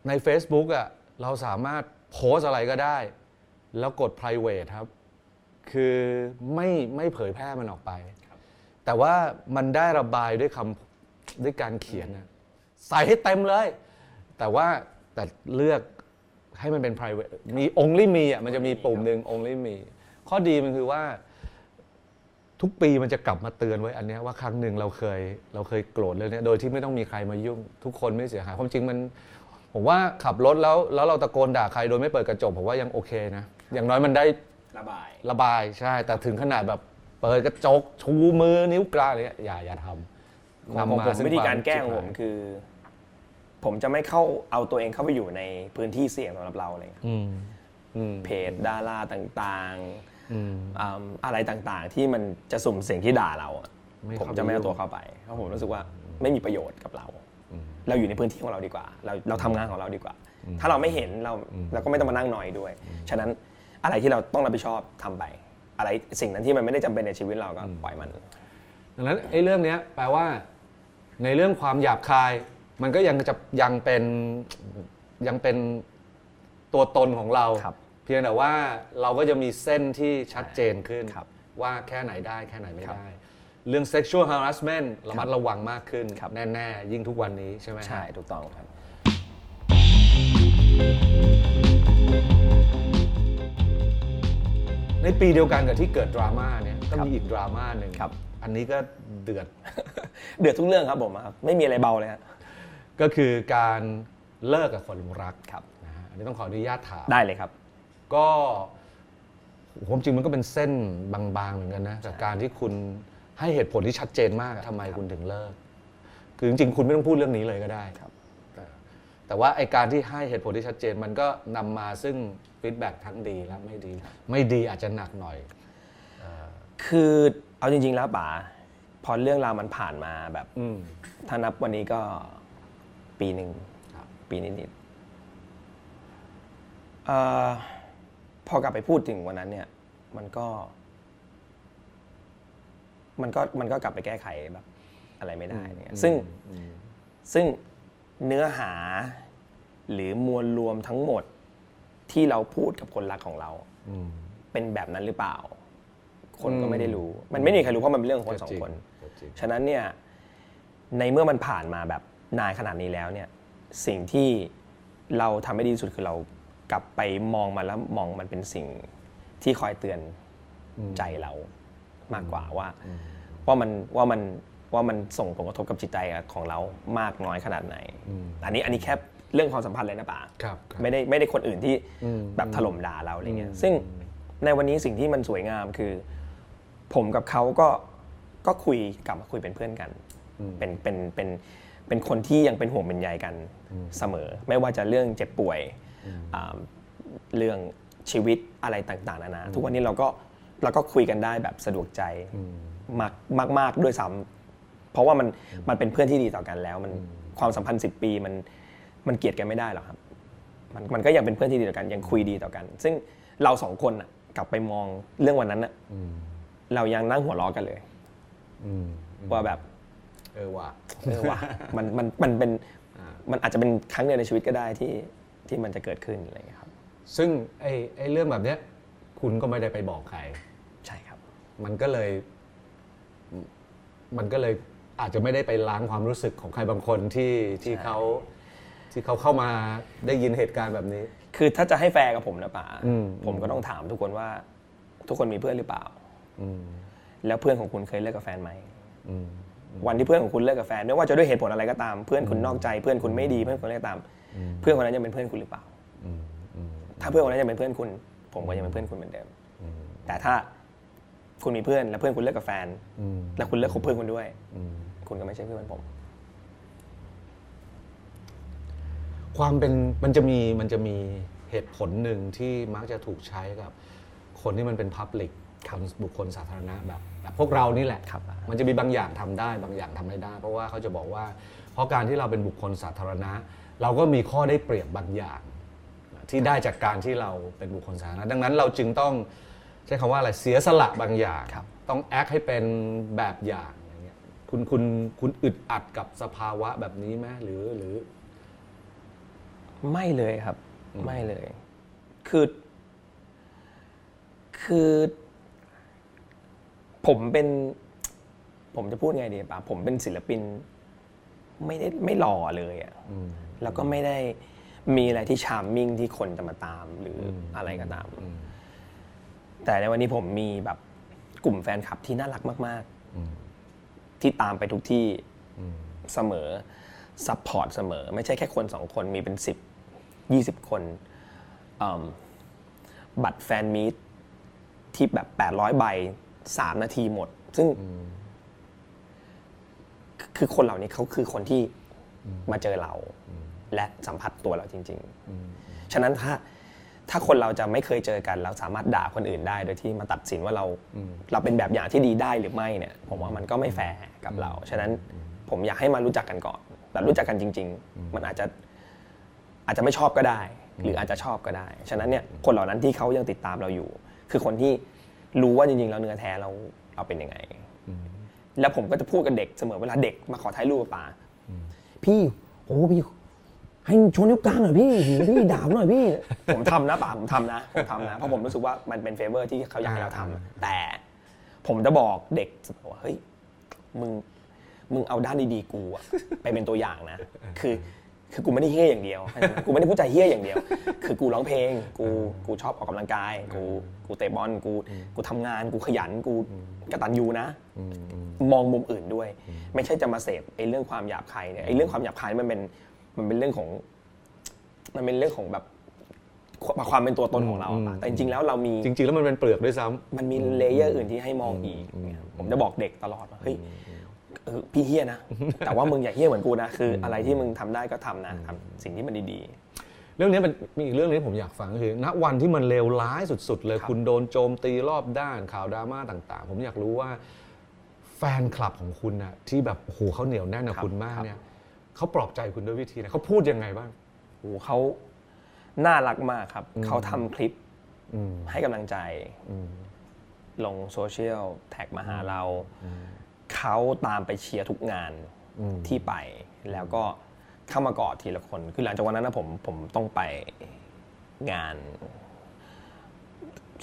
Speaker 3: ใน Facebook อ่ะเราสามารถโพสต์อะไรก็ได้ แล้วกด private ครับ คือไม่ไม่เผยแพร่มันออกไป แต่ว่ามันได้ระบายด้วยคำด้วยการเขียนนะใส่ให้เต็มเลย แต่ว่าแต่เลือกให้มันเป็น private มี only me อ่ะมันจะมีปุ่มหนึ่ง only me ข้อดีมันคือว่า ทุกปีมันจะกลับมาเตือนไว้อันเนี้ยว่าครั้งหนึ่งเราเคยเราเคยโกรธเรื่องเนี้ยโดยที่ไม่ต้องมีใครมายุ่ง ทุกคนไม่เสียหายความจริงมัน ผมว่าขับรถแล้วแล้วเราตะโกนด่าใครโดยไม่เปิดกระจกผมว่ายังโอเคนะอย่างน้อยมันได้
Speaker 4: ระบาย
Speaker 3: ระบายใช่ แต่ถึงขนาดแบบเปิดกระจก ชูมือนิ้วกลางอะไรเงี้ยอย่าอย่าทำ
Speaker 4: ของผม
Speaker 3: ซึ่ง
Speaker 4: วิธีการแก้ขอ
Speaker 3: ความ
Speaker 4: งผ
Speaker 3: เจ็บหา
Speaker 4: ม
Speaker 3: ย
Speaker 4: คือ ผมจะไม่เข้าเอาตัวเองเข้าไปอยู่ในพื้นที่เสี่ยงสำหรับเราอะไรเลย
Speaker 3: อืมอืม
Speaker 4: เพจดาราต่าง
Speaker 3: อืม
Speaker 4: ๆอืมอะไรต่างๆ ที่มันจะสุ่มเสี่ยงที่ด่าเราอะ
Speaker 3: ไม่
Speaker 4: ผม
Speaker 3: เข้าไป
Speaker 4: จะไม่เอาตัว
Speaker 3: ยุ่ง
Speaker 4: เข้าไปเพราะผมรู้สึกว่าไม่มีประโยชน์กับเรา เราอยู่ในพื้นที่ของเราดีกว่า เราเราทำงานของเราดีกว่า ถ้าเราไม่เห็นเราเราก็ไม่ต้องมานั่งหน่อยด้วย ฉะนั้นอะไรที่เราต้องรับผิดชอบทำไป อะไรสิ่งนั้นที่มันไม่ได้จำเป็นในชีวิตเราก็ปล่อยมัน
Speaker 3: ดังนั้นไอ้เรื่องเนี้ยแปลว่า ในเรื่องความหยาบคาย มันก็ยังจะยังเป็นยังเป็นตัวตนของเรา
Speaker 4: ครับ
Speaker 3: เพียงแต่ว่าเราก็จะมีเส้นที่ชัดเจนขึ้น
Speaker 4: ครับ
Speaker 3: ว่าแค่ไหนได้แค่ไหนไม่
Speaker 4: ครับ
Speaker 3: ได้ เรื่อง sexual harassment ระมัดระวังมากขึ้น
Speaker 4: ครับ
Speaker 3: แน่ๆ ยิ่งทุกวันนี้ใช่ไหมฮะ
Speaker 4: ใช่ถูกต้องครับ
Speaker 3: ในปีเดียวกันกับที่เกิดดราม่าเนี่ยก็
Speaker 4: ครับ
Speaker 3: มีอีกดราม่าหนึ่ง
Speaker 4: ครับ
Speaker 3: อันนี้ก็เดือด
Speaker 4: เดือดทุกเรื่องครับผมครับไม่มีอะไรเบาเลยครับ
Speaker 3: ก็คือการเลิกกับคนรัก
Speaker 4: ครับ
Speaker 3: นะฮะอันนี้ต้องขออนุญาตถาม
Speaker 4: ได้เลยครับ
Speaker 3: ก็ผมจริงมันก็เป็นเส้นบางๆเหมือนกันนะจากการที่คุณให้เหตุผลที่ชัดเจนมากอะทำไมคุณถึงเลิก คือจริงๆ คุณไม่ต้องพูดเรื่องนี้เลยก็ได้
Speaker 4: ครับ
Speaker 3: แต่แต่ว่าไอการที่ให้เหตุผลที่ชัดเจนมันก็นำมาซึ่งฟีดแบ็ทั้งดีและไม่ดี ไม่ดีอาจจะหนักหน่อย
Speaker 4: คือเอาจริง ๆ แล้วป๋าพอเรื่องราวมันผ่านมาแบบ
Speaker 3: อืม
Speaker 4: ถ้านับวันนี้ก็ปีหนึ่ง
Speaker 3: ครับ
Speaker 4: ปีนิดๆเอ่อพอกลับไปพูดถึงวันนั้นเนี่ย มันก็ มันก็มันก็กลับไปแก้ไขแบบ อะไรไม่ได้เนี่ยซึ่งซึ่งเนื้อหาหรือมวลรวมทั้งหมดที่เราพูดกับคนรักของเรา
Speaker 3: อืม
Speaker 4: เป็นแบบนั้นหรือเปล่า คนก็
Speaker 3: อืม
Speaker 4: ไม่ได้รู้ มันไม่มีใครรู้เพราะมันเป็นเรื่องของคนสองคน
Speaker 3: ก็จริง
Speaker 4: ฉะนั้นเนี่ยในเมื่อมันผ่านมาแบบนานขนาดนี้แล้วเนี่ยสิ่งที่เราทำให้ดีที่สุดคือเรากลับไปมองมันแล้วมองมันเป็นสิ่งที่คอยเตือนใจเรามากกว่าว่า ว่ามันว่ามันว่ามันส่งผลกระทบกับจิตใจของเรามากน้อยขนาดไหน อันนี้อันนี้แค่เรื่องความสัมพันธ์เลยนะป๋า
Speaker 3: ครับครับ
Speaker 4: ไม่ได้ไม่ได้คนอื่นที่
Speaker 3: อืม
Speaker 4: แบบถล่มด่าเราอะไรเงี้ยซึ่งในวันนี้สิ่งที่มันสวยงามคือ ผมกับเขาก็ก็คุยกลับมาคุยเป็นเพื่อนกัน เป็นเป็นเป็นเป็นคนที่ยังเป็นห่วงเป็นใยกันเสมอ ไม่ว่าจะเรื่องเจ็บป่วยอ่าเรื่องชีวิตอะไรต่างๆนานาทุกวันนี้เราก็เราก็คุยกันได้แบบสะดวกใจมากมากมากด้วยซ้ำเพราะว่ามันมันเป็นเพื่อนที่ดีต่อกันแล้ว มันความสัมพันธ์สิปีมันมันเกลียดกันไม่ได้หรอกครับ มันมันก็ยังเป็นเพื่อนที่ดีต่อกันยังคุยดีต่อกัน ซึ่งเราสองคนน่ะกลับไปมองเรื่องวันนั้นน่ะเรายังนั่งหัวเราะกันเลยว่าแบบ
Speaker 3: เออว่ะ
Speaker 4: เออ *laughs* ว่ะมันมันมันเป็นมันอาจจะเป็นครั้งเดียวในชีวิตก็ได้ที่ที่มันจะเกิดขึ้นอะไรอย่างเงี้ยครับ
Speaker 3: *laughs* ซึ่งไอ้ไอ้เรื่องแบบเนี้ย คุณก็ไม่ได้ไปบอกใคร
Speaker 4: ใช่ครับ
Speaker 3: มันก็เลย มันก็เลยอาจจะไม่ได้ไปล้างความรู้สึกของใครบางคนที่ที่เขาที่เขาเข้ามาได้ยินเหตุการณ์แบบนี้
Speaker 4: คือถ้าจะให้แฟร์กับผมนะป๋า
Speaker 3: อืม
Speaker 4: ผมก็ต้องถามทุกคนว่า ทุกคนมีเพื่อนหรือเปล่าแล้วเพื่อนของคุณเคยเลิกกับแฟนไหมวันที่เพื่อนของคุณเลิกกับแฟนไม่ว่าจะด้วยเหตุผลอะไรก็ตาม เพื่อนคุณนอกใจ เพื่อนคุณไม่ดีเพื่อนคุณอะไรก็ตาม เพื่อนคนนั้นยังเป็นเพื่อนคุณหรือเปล่าถ้าเพื่อนคนนั้นยังเป็นเพื่อนคุณ ผมก็ยังเป็นเพื่อนคุณเหมือนเดิมแต่ถ้าคุณมีเพื่อนแล้วเพื่อนคุณเลิกกับแฟนแล้วคุณเลิกคบเพื่อนคุณด้วยคุณก็ไม่ใช่เพื่อนผม
Speaker 3: ความเป็นมันจะมีมันจะมีเหตุผลหนึ่งที่มักจะถูกใช้กับ คนที่มันเป็นพับลิกบุคคลสาธารณะแบบแบบพวกเรานี่แหละ
Speaker 4: ครับ
Speaker 3: มันจะมีบางอย่างทำได้บางอย่างทำไม่ได้ เพราะว่าเขาจะบอกว่า เพราะการที่เราเป็นบุคคลสาธารณะ เราก็มีข้อได้เปรียบบางอย่าง ที่ได้จากการที่เราเป็นบุคคลสาธารณะ ดังนั้นเราจึงต้องใช้คำว่าอะไรเสียสละบางอย่าง
Speaker 4: ครับ
Speaker 3: ต้องแอคให้เป็นแบบอย่างอะไรเงี้ยคุณคุณคุณอึดอัดกับสภาวะแบบนี้ไหมหรือหรือ
Speaker 4: ไม่เลยครับ ไม่เลย คือ คือ ผมเป็น ผมจะพูดไงดีป่ะผมเป็นศิลปิน ไม่ได้ไม่หล่อเลยอะ่ะแล้วก็ไม่ได้มีอะไรที่ชาร์มมิ่งที่คนจะมาตามหรือออะไรก็ตาม แต่ในวันนี้ผมมีแบบกลุ่มแฟนคลับที่น่ารักมาก ๆ ที่ตามไปทุกที่เสมอ ซัพพอร์ตเสมอ ไม่ใช่แค่คนสองคนมีเป็นสิบยี่สิบคนอืมบัตรแฟนมีตที่แบบแปดร้อยใบสามนาทีหมด ซึ่ง คือคือคนเหล่านี้เขาคือคนที่มาเจอเรา และสัมผัสตัวเราจริง ๆ ฉะนั้นถ้า ถ้าคนเราจะไม่เคยเจอกัน เราสามารถด่าคนอื่นได้ โดยที่มาตัดสินว่าเราเราเป็นแบบอย่างที่ดีได้หรือไม่เนี่ย ผมว่ามันก็ไม่แฟร์กับเรา ฉะนั้นผมอยากให้มารู้จักกันก่อนแบบรู้จักกันจริง ๆ มันอาจจะอาจจะไม่ชอบก็ได้ หรืออาจจะชอบก็ได้ ฉะนั้นเนี่ยคนเหล่านั้นที่เขายังติดตามเราอยู่ คือคนที่รู้ว่าจริงๆเราเนื้อแท้เราเราเป็นยังไง แล้วผมก็จะพูดกับเด็กเสมอเวลาเด็กมาขอถ่ายรูปกับป่าพี่โอ้พี่ ให้ชวนนิ้วกลางหน่อยพี่โหพี่ด่าผมหน่อยพี่ ผมทำนะป่าผมทำนะผมทำนะเพราะผมรู้สึกว่ามันเป็นเฟเวอร์ที่เขาอยากให้เราทำแต่ผมจะบอกเด็กเสมอว่าเฮ้ยมึงมึงเอาด้านดีๆกูอะไปเป็นตัวอย่างนะ คือคือกูไม่ได้เฮี้ยอย่างเดียวกูไม่ได้พูดใจเฮี้ยอย่างเดียว คือกูร้องเพลง กูกูชอบออกกำลังกาย กูกูเตะบอลกูกูทำงานกูขยันกูกระตันยูนะ มองมุมอื่นด้วย ไม่ใช่จะมาเสพไอ้เรื่องความหยาบคายเนี่ยไอ้เรื่องความหยาบคายมันเป็นมันเป็นเรื่องของ มันเป็นเรื่องของแบบความเป็นตัวตนของเราอะแต่จริงๆแล้วเรามี
Speaker 3: จริง ๆ แล้วมันเป็นเปลือกด้วยซ้ำ
Speaker 4: มันมีเลเยอร์อื่นที่ให้มองอีก ผมจะบอกเด็กตลอดว่าเฮ้ยเออพี่เฮี้ยนะ แต่ว่ามึงอย่าเฮี้ยเหมือนกูนะ คืออะไรที่มึงทำได้ก็ทำนะทำสิ่งที่มันดี
Speaker 3: เรื่องนี้เป็นมีอีกเรื่องนึงที่ผมอยากฟังก็คือณวันที่มันเลวร้ายสุด ๆ เลย
Speaker 4: ครับ
Speaker 3: คุณโดนโจมตีรอบด้านข่าวดราม่าต่าง ๆ ผมอยากรู้ว่า แฟนคลับของคุณนะที่แบบโอ้โหเขาเหนียวแน่นกับคุณมากเนี่ยเขาปลอบใจคุณด้วยวิธีไหนเขาพูดยังไงบ้าง
Speaker 4: ๆโอ้โหเขาน่ารักมากครับ เขาทำคลิปให้กำลังใจ ลงโซเชียลแท็กมาหาเรา เขาตามไปเชียร์ทุกงานที่ไป แล้วก็เข้ามากอดทีละคน คือหลังจากวันนั้นนะผมผมต้องไปงาน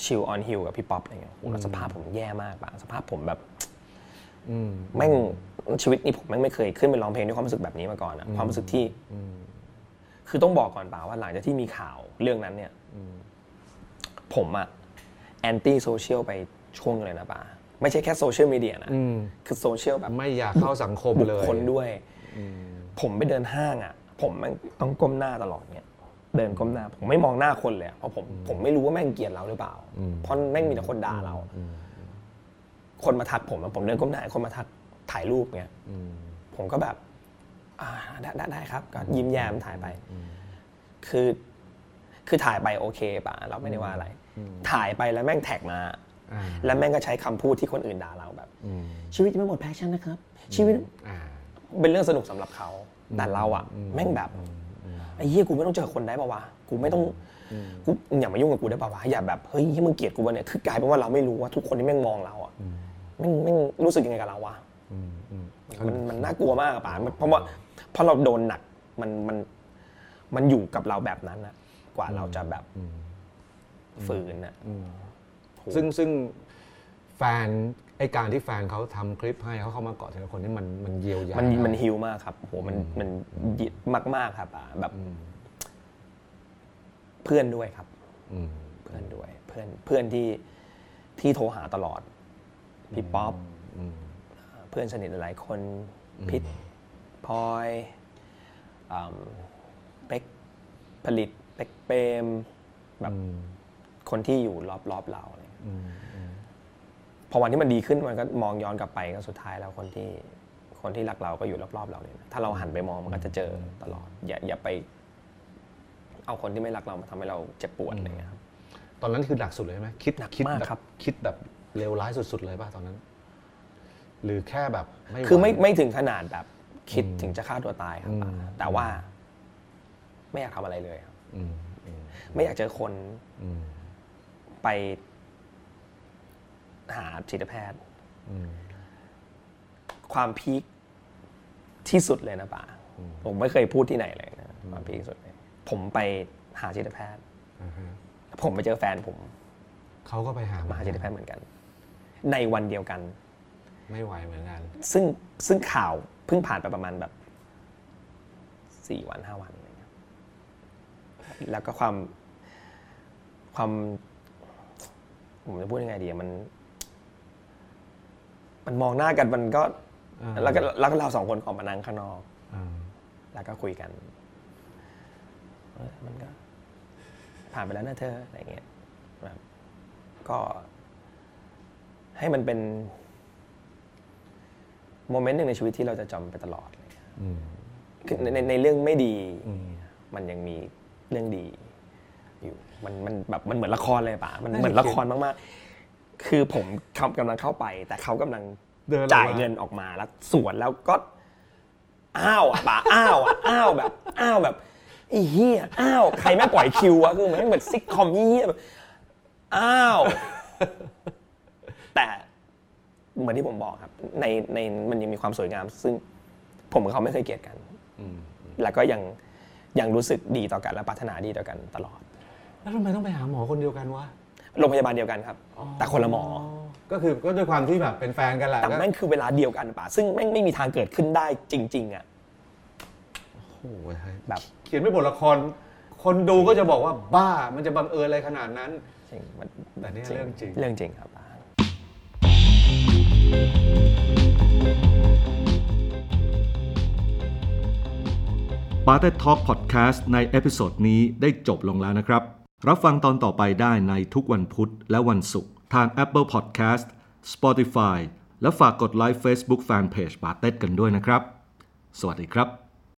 Speaker 4: ชิลออนฮิลกับพี่ป๊อปอะไรเงี้ยโอ้โหแล้วสภาพผมแย่มากปะสภาพผมแบบ แม่งชีวิตนี้ผมแม่งไม่เคยขึ้นไปร้องเพลงด้วยความรู้สึกแบบนี้มาก่อนอะความรู้สึกที่ คือต้องบอกก่อนป่าว่าหลังจากที่มีข่าวเรื่องนั้นเนี่ยผมอะแอนตี้โซเชียลไปช่วงหนึ่งเลยนะป่าไม่ใช่แค่โซเชียลมีเดียนะ คือโซเชียลแบบ
Speaker 3: ไม่อยากเข้าสังคมเลย
Speaker 4: คนด้วย ผมไปเดินห้างอ่ะ ผมแมันต้องก้มหน้าตลอดเนี่ย เดินก้มหน้า ผมไม่มองหน้าคนเลยอะเพราะผมผมไม่รู้ว่าแม่งเกลียดเราหรือเปล่า เพราะแม่งมีแต่คนด่าเรา คนมาทักผมอะผมเดินก้มหน้าให้คนมาทักถ่ายรูปเงี้ยผมก็แบบอ่าได้ได้ได้ครับ ก็ยิ้มแย้มถ่ายไป คือ คือถ่ายไปโอเคป่ะเราไม่ได้ว่าอะไร ถ่ายไปแล้วแม่งแท็กมา
Speaker 3: อ่า
Speaker 4: แล้วแม่งก็ใช้คำพูดที่คนอื่นด่าเราแบบ ชีวิตจะไม่หมดแพชชั่นนะครับ ชีวิต
Speaker 3: อ่า
Speaker 4: เป็นเรื่องสนุกสำหรับเขา แต่เราอะแม่งแบบไอ้เหี้ยกูไม่ต้องเจอคนได้ปะวะ กูไม่ต้องกูอย่ามายุ่งกับกูได้ปะวะ อย่าแบบเฮ้ยเหี้ยมึงเกลียดกูปะเนี่ย คือกลายเป็นว่าเราไม่รู้ว่าทุกคนที่แม่งมองเราอะแม่งแม่งรู้สึกยังไงกับเราวะมันมันน่ากลัวมากอะป่ะมันเพราะว่าเพราะเราโดนหนักมันมันมันอยู่กับเราแบบนั้นอะกว่าเราจะแบบฝืนอะ
Speaker 3: ซึ่งซึ่งแฟนไอการที่แฟนเขาทำคลิปให้เขาเข้ามาเกาะทีละคนนี่มันมันเยียวยา
Speaker 4: มั
Speaker 3: มัน
Speaker 4: มันฮิวมากครับโหมันมันยิดมาก ๆ ครับป่ะแบบ เพื่อนด้วยครับ เพื่อนด้วยเพื่อนเพื่อนที่ที่โทรหาตลอด พี่ป๊อปเพื่อนสนิทหลายๆคนพิษพลอยอืมเป็กผลิตเป็กเปรมแบบคนที่อยู่รอบๆเราอะไรเงี้ยพอวันที่มันดีขึ้นมันก็มองย้อนกลับไปก็สุดท้ายแล้วคนที่คนที่รักเราก็อยู่รอบๆเราเลยนะถ้าเราหันไปมองมันก็จะเจอตลอด อย่าอย่าไป เอาคนที่ไม่รักเรามาทำให้เราเจ็บปวดอะไรเงี้ยครับ
Speaker 3: ตอนนั้นคือหนักสุดเลยใช่ไหมคิด
Speaker 4: หนัก
Speaker 3: คิด
Speaker 4: มาก
Speaker 3: แบบ
Speaker 4: ครับ
Speaker 3: คิดแบบเลวร้ายสุด ๆ เลยป่ะตอนนั้น หรือแค่แบบไม่
Speaker 4: คือไม่
Speaker 3: ไหว
Speaker 4: ไม่ถึงขนาดแบบคิดถึงจะฆ่าตัวตายครับอ่าแต่ว่า ไม่อยากทำอะไรเลยครับไม่อยากเจอคนไปหาจิตแพทย์ ความพีคที่สุดเลยนะป่าผมไม่เคยพูดที่ไหนเลยนะความพีคที่สุดเลยผมไปหาจิตแพทย์ผมไปเจอแฟนผม
Speaker 3: เขาก็ไปหา
Speaker 4: มาหาจิตแพทย์เหมือนกัน ในวันเดียวกัน
Speaker 3: ไม่ไหวเหมือนกัน
Speaker 4: ซึ่งซึ่งข่าวเพิ่งผ่านไปประมาณแบบสี่วันห้าวันอะไรเงี้ยแล้วก็ความความผมจะพูดยังไงดีอะมัน มันมองหน้ากันมันก็
Speaker 3: อ่า
Speaker 4: แล้วก็แล้วก็เราสองคนออกมานั่งข้างนอก แล้วก็คุยกันเออมันก็ ผ่านไปแล้วนะเธออะไรเงี้ยแบบก็ ให้มันเป็น โมเมนต์หนึ่งในชีวิตที่เราจะจำไปตลอดอะไรเงี้ยคือในในในเรื่องไม่ดี มันยังมีเรื่องดีอยู่ มันมันแบบมันเหมือนละครเลยป่ะมันเหมือนละครมากๆ คือผมเขากำลังเข้าไป แต่เขากำลัง
Speaker 3: เดินออกมา
Speaker 4: จ่ายเงินออกมาแล้วสวนแล้วก็อ้าวอ่ะป่ะอ้าวอ่ะอ้าวแบบอ้าวแบบไอ้เหี้ยอ้าวใครไม่ปล่อยคิววะคือเหมือนเหมือนซิกคอมเหี้ยแบบอ้ *laughs* าว แต่เหมือนที่ผมบอกครับ ในในมันยังมีความสวยงาม ซึ่งผมกับเขาไม่เคยเกลียดกัน แล้วก็ยังยังรู้สึกดีต่อกันและปรารถนาดีต่อกันตลอด
Speaker 3: แล้วทำไมต้องไปหาหมอคนเดียวกันวะ
Speaker 4: โรงพยาบาลเดียวกันครับ แต่คนละหมอ
Speaker 3: ก็คือก็ด้วยความที่แบบเป็นแฟนกันแหละ
Speaker 4: แต่แม่งคือเวลาเดียวกันป่ะซึ่งแม่งไม่มีทางเกิดขึ้นได้จริง ๆ อ่ะ
Speaker 3: โอ้โหเฮ้ย
Speaker 4: แบบ
Speaker 3: เขียนไม่บทละคร คนดูก็จะบอกว่าบ้ามันจะบังเอิญอะไรขนาดนั้น
Speaker 4: จริงมัน
Speaker 3: แต่เนี่ยเรื่องจริง
Speaker 4: เรื่องจริงครับป่ะ
Speaker 1: ปาเต้ทอล์กพอดแคสต์ในเอพิโซดนี้ได้จบลงแล้วนะครับ รับฟังตอนต่อไปได้ในทุกวันพุธและวันศุกร์ทาง Apple Podcast Spotify และฝากกดไลค์ Facebook Fanpage ปาเต้กันด้วยนะครับ สวัสดีครับ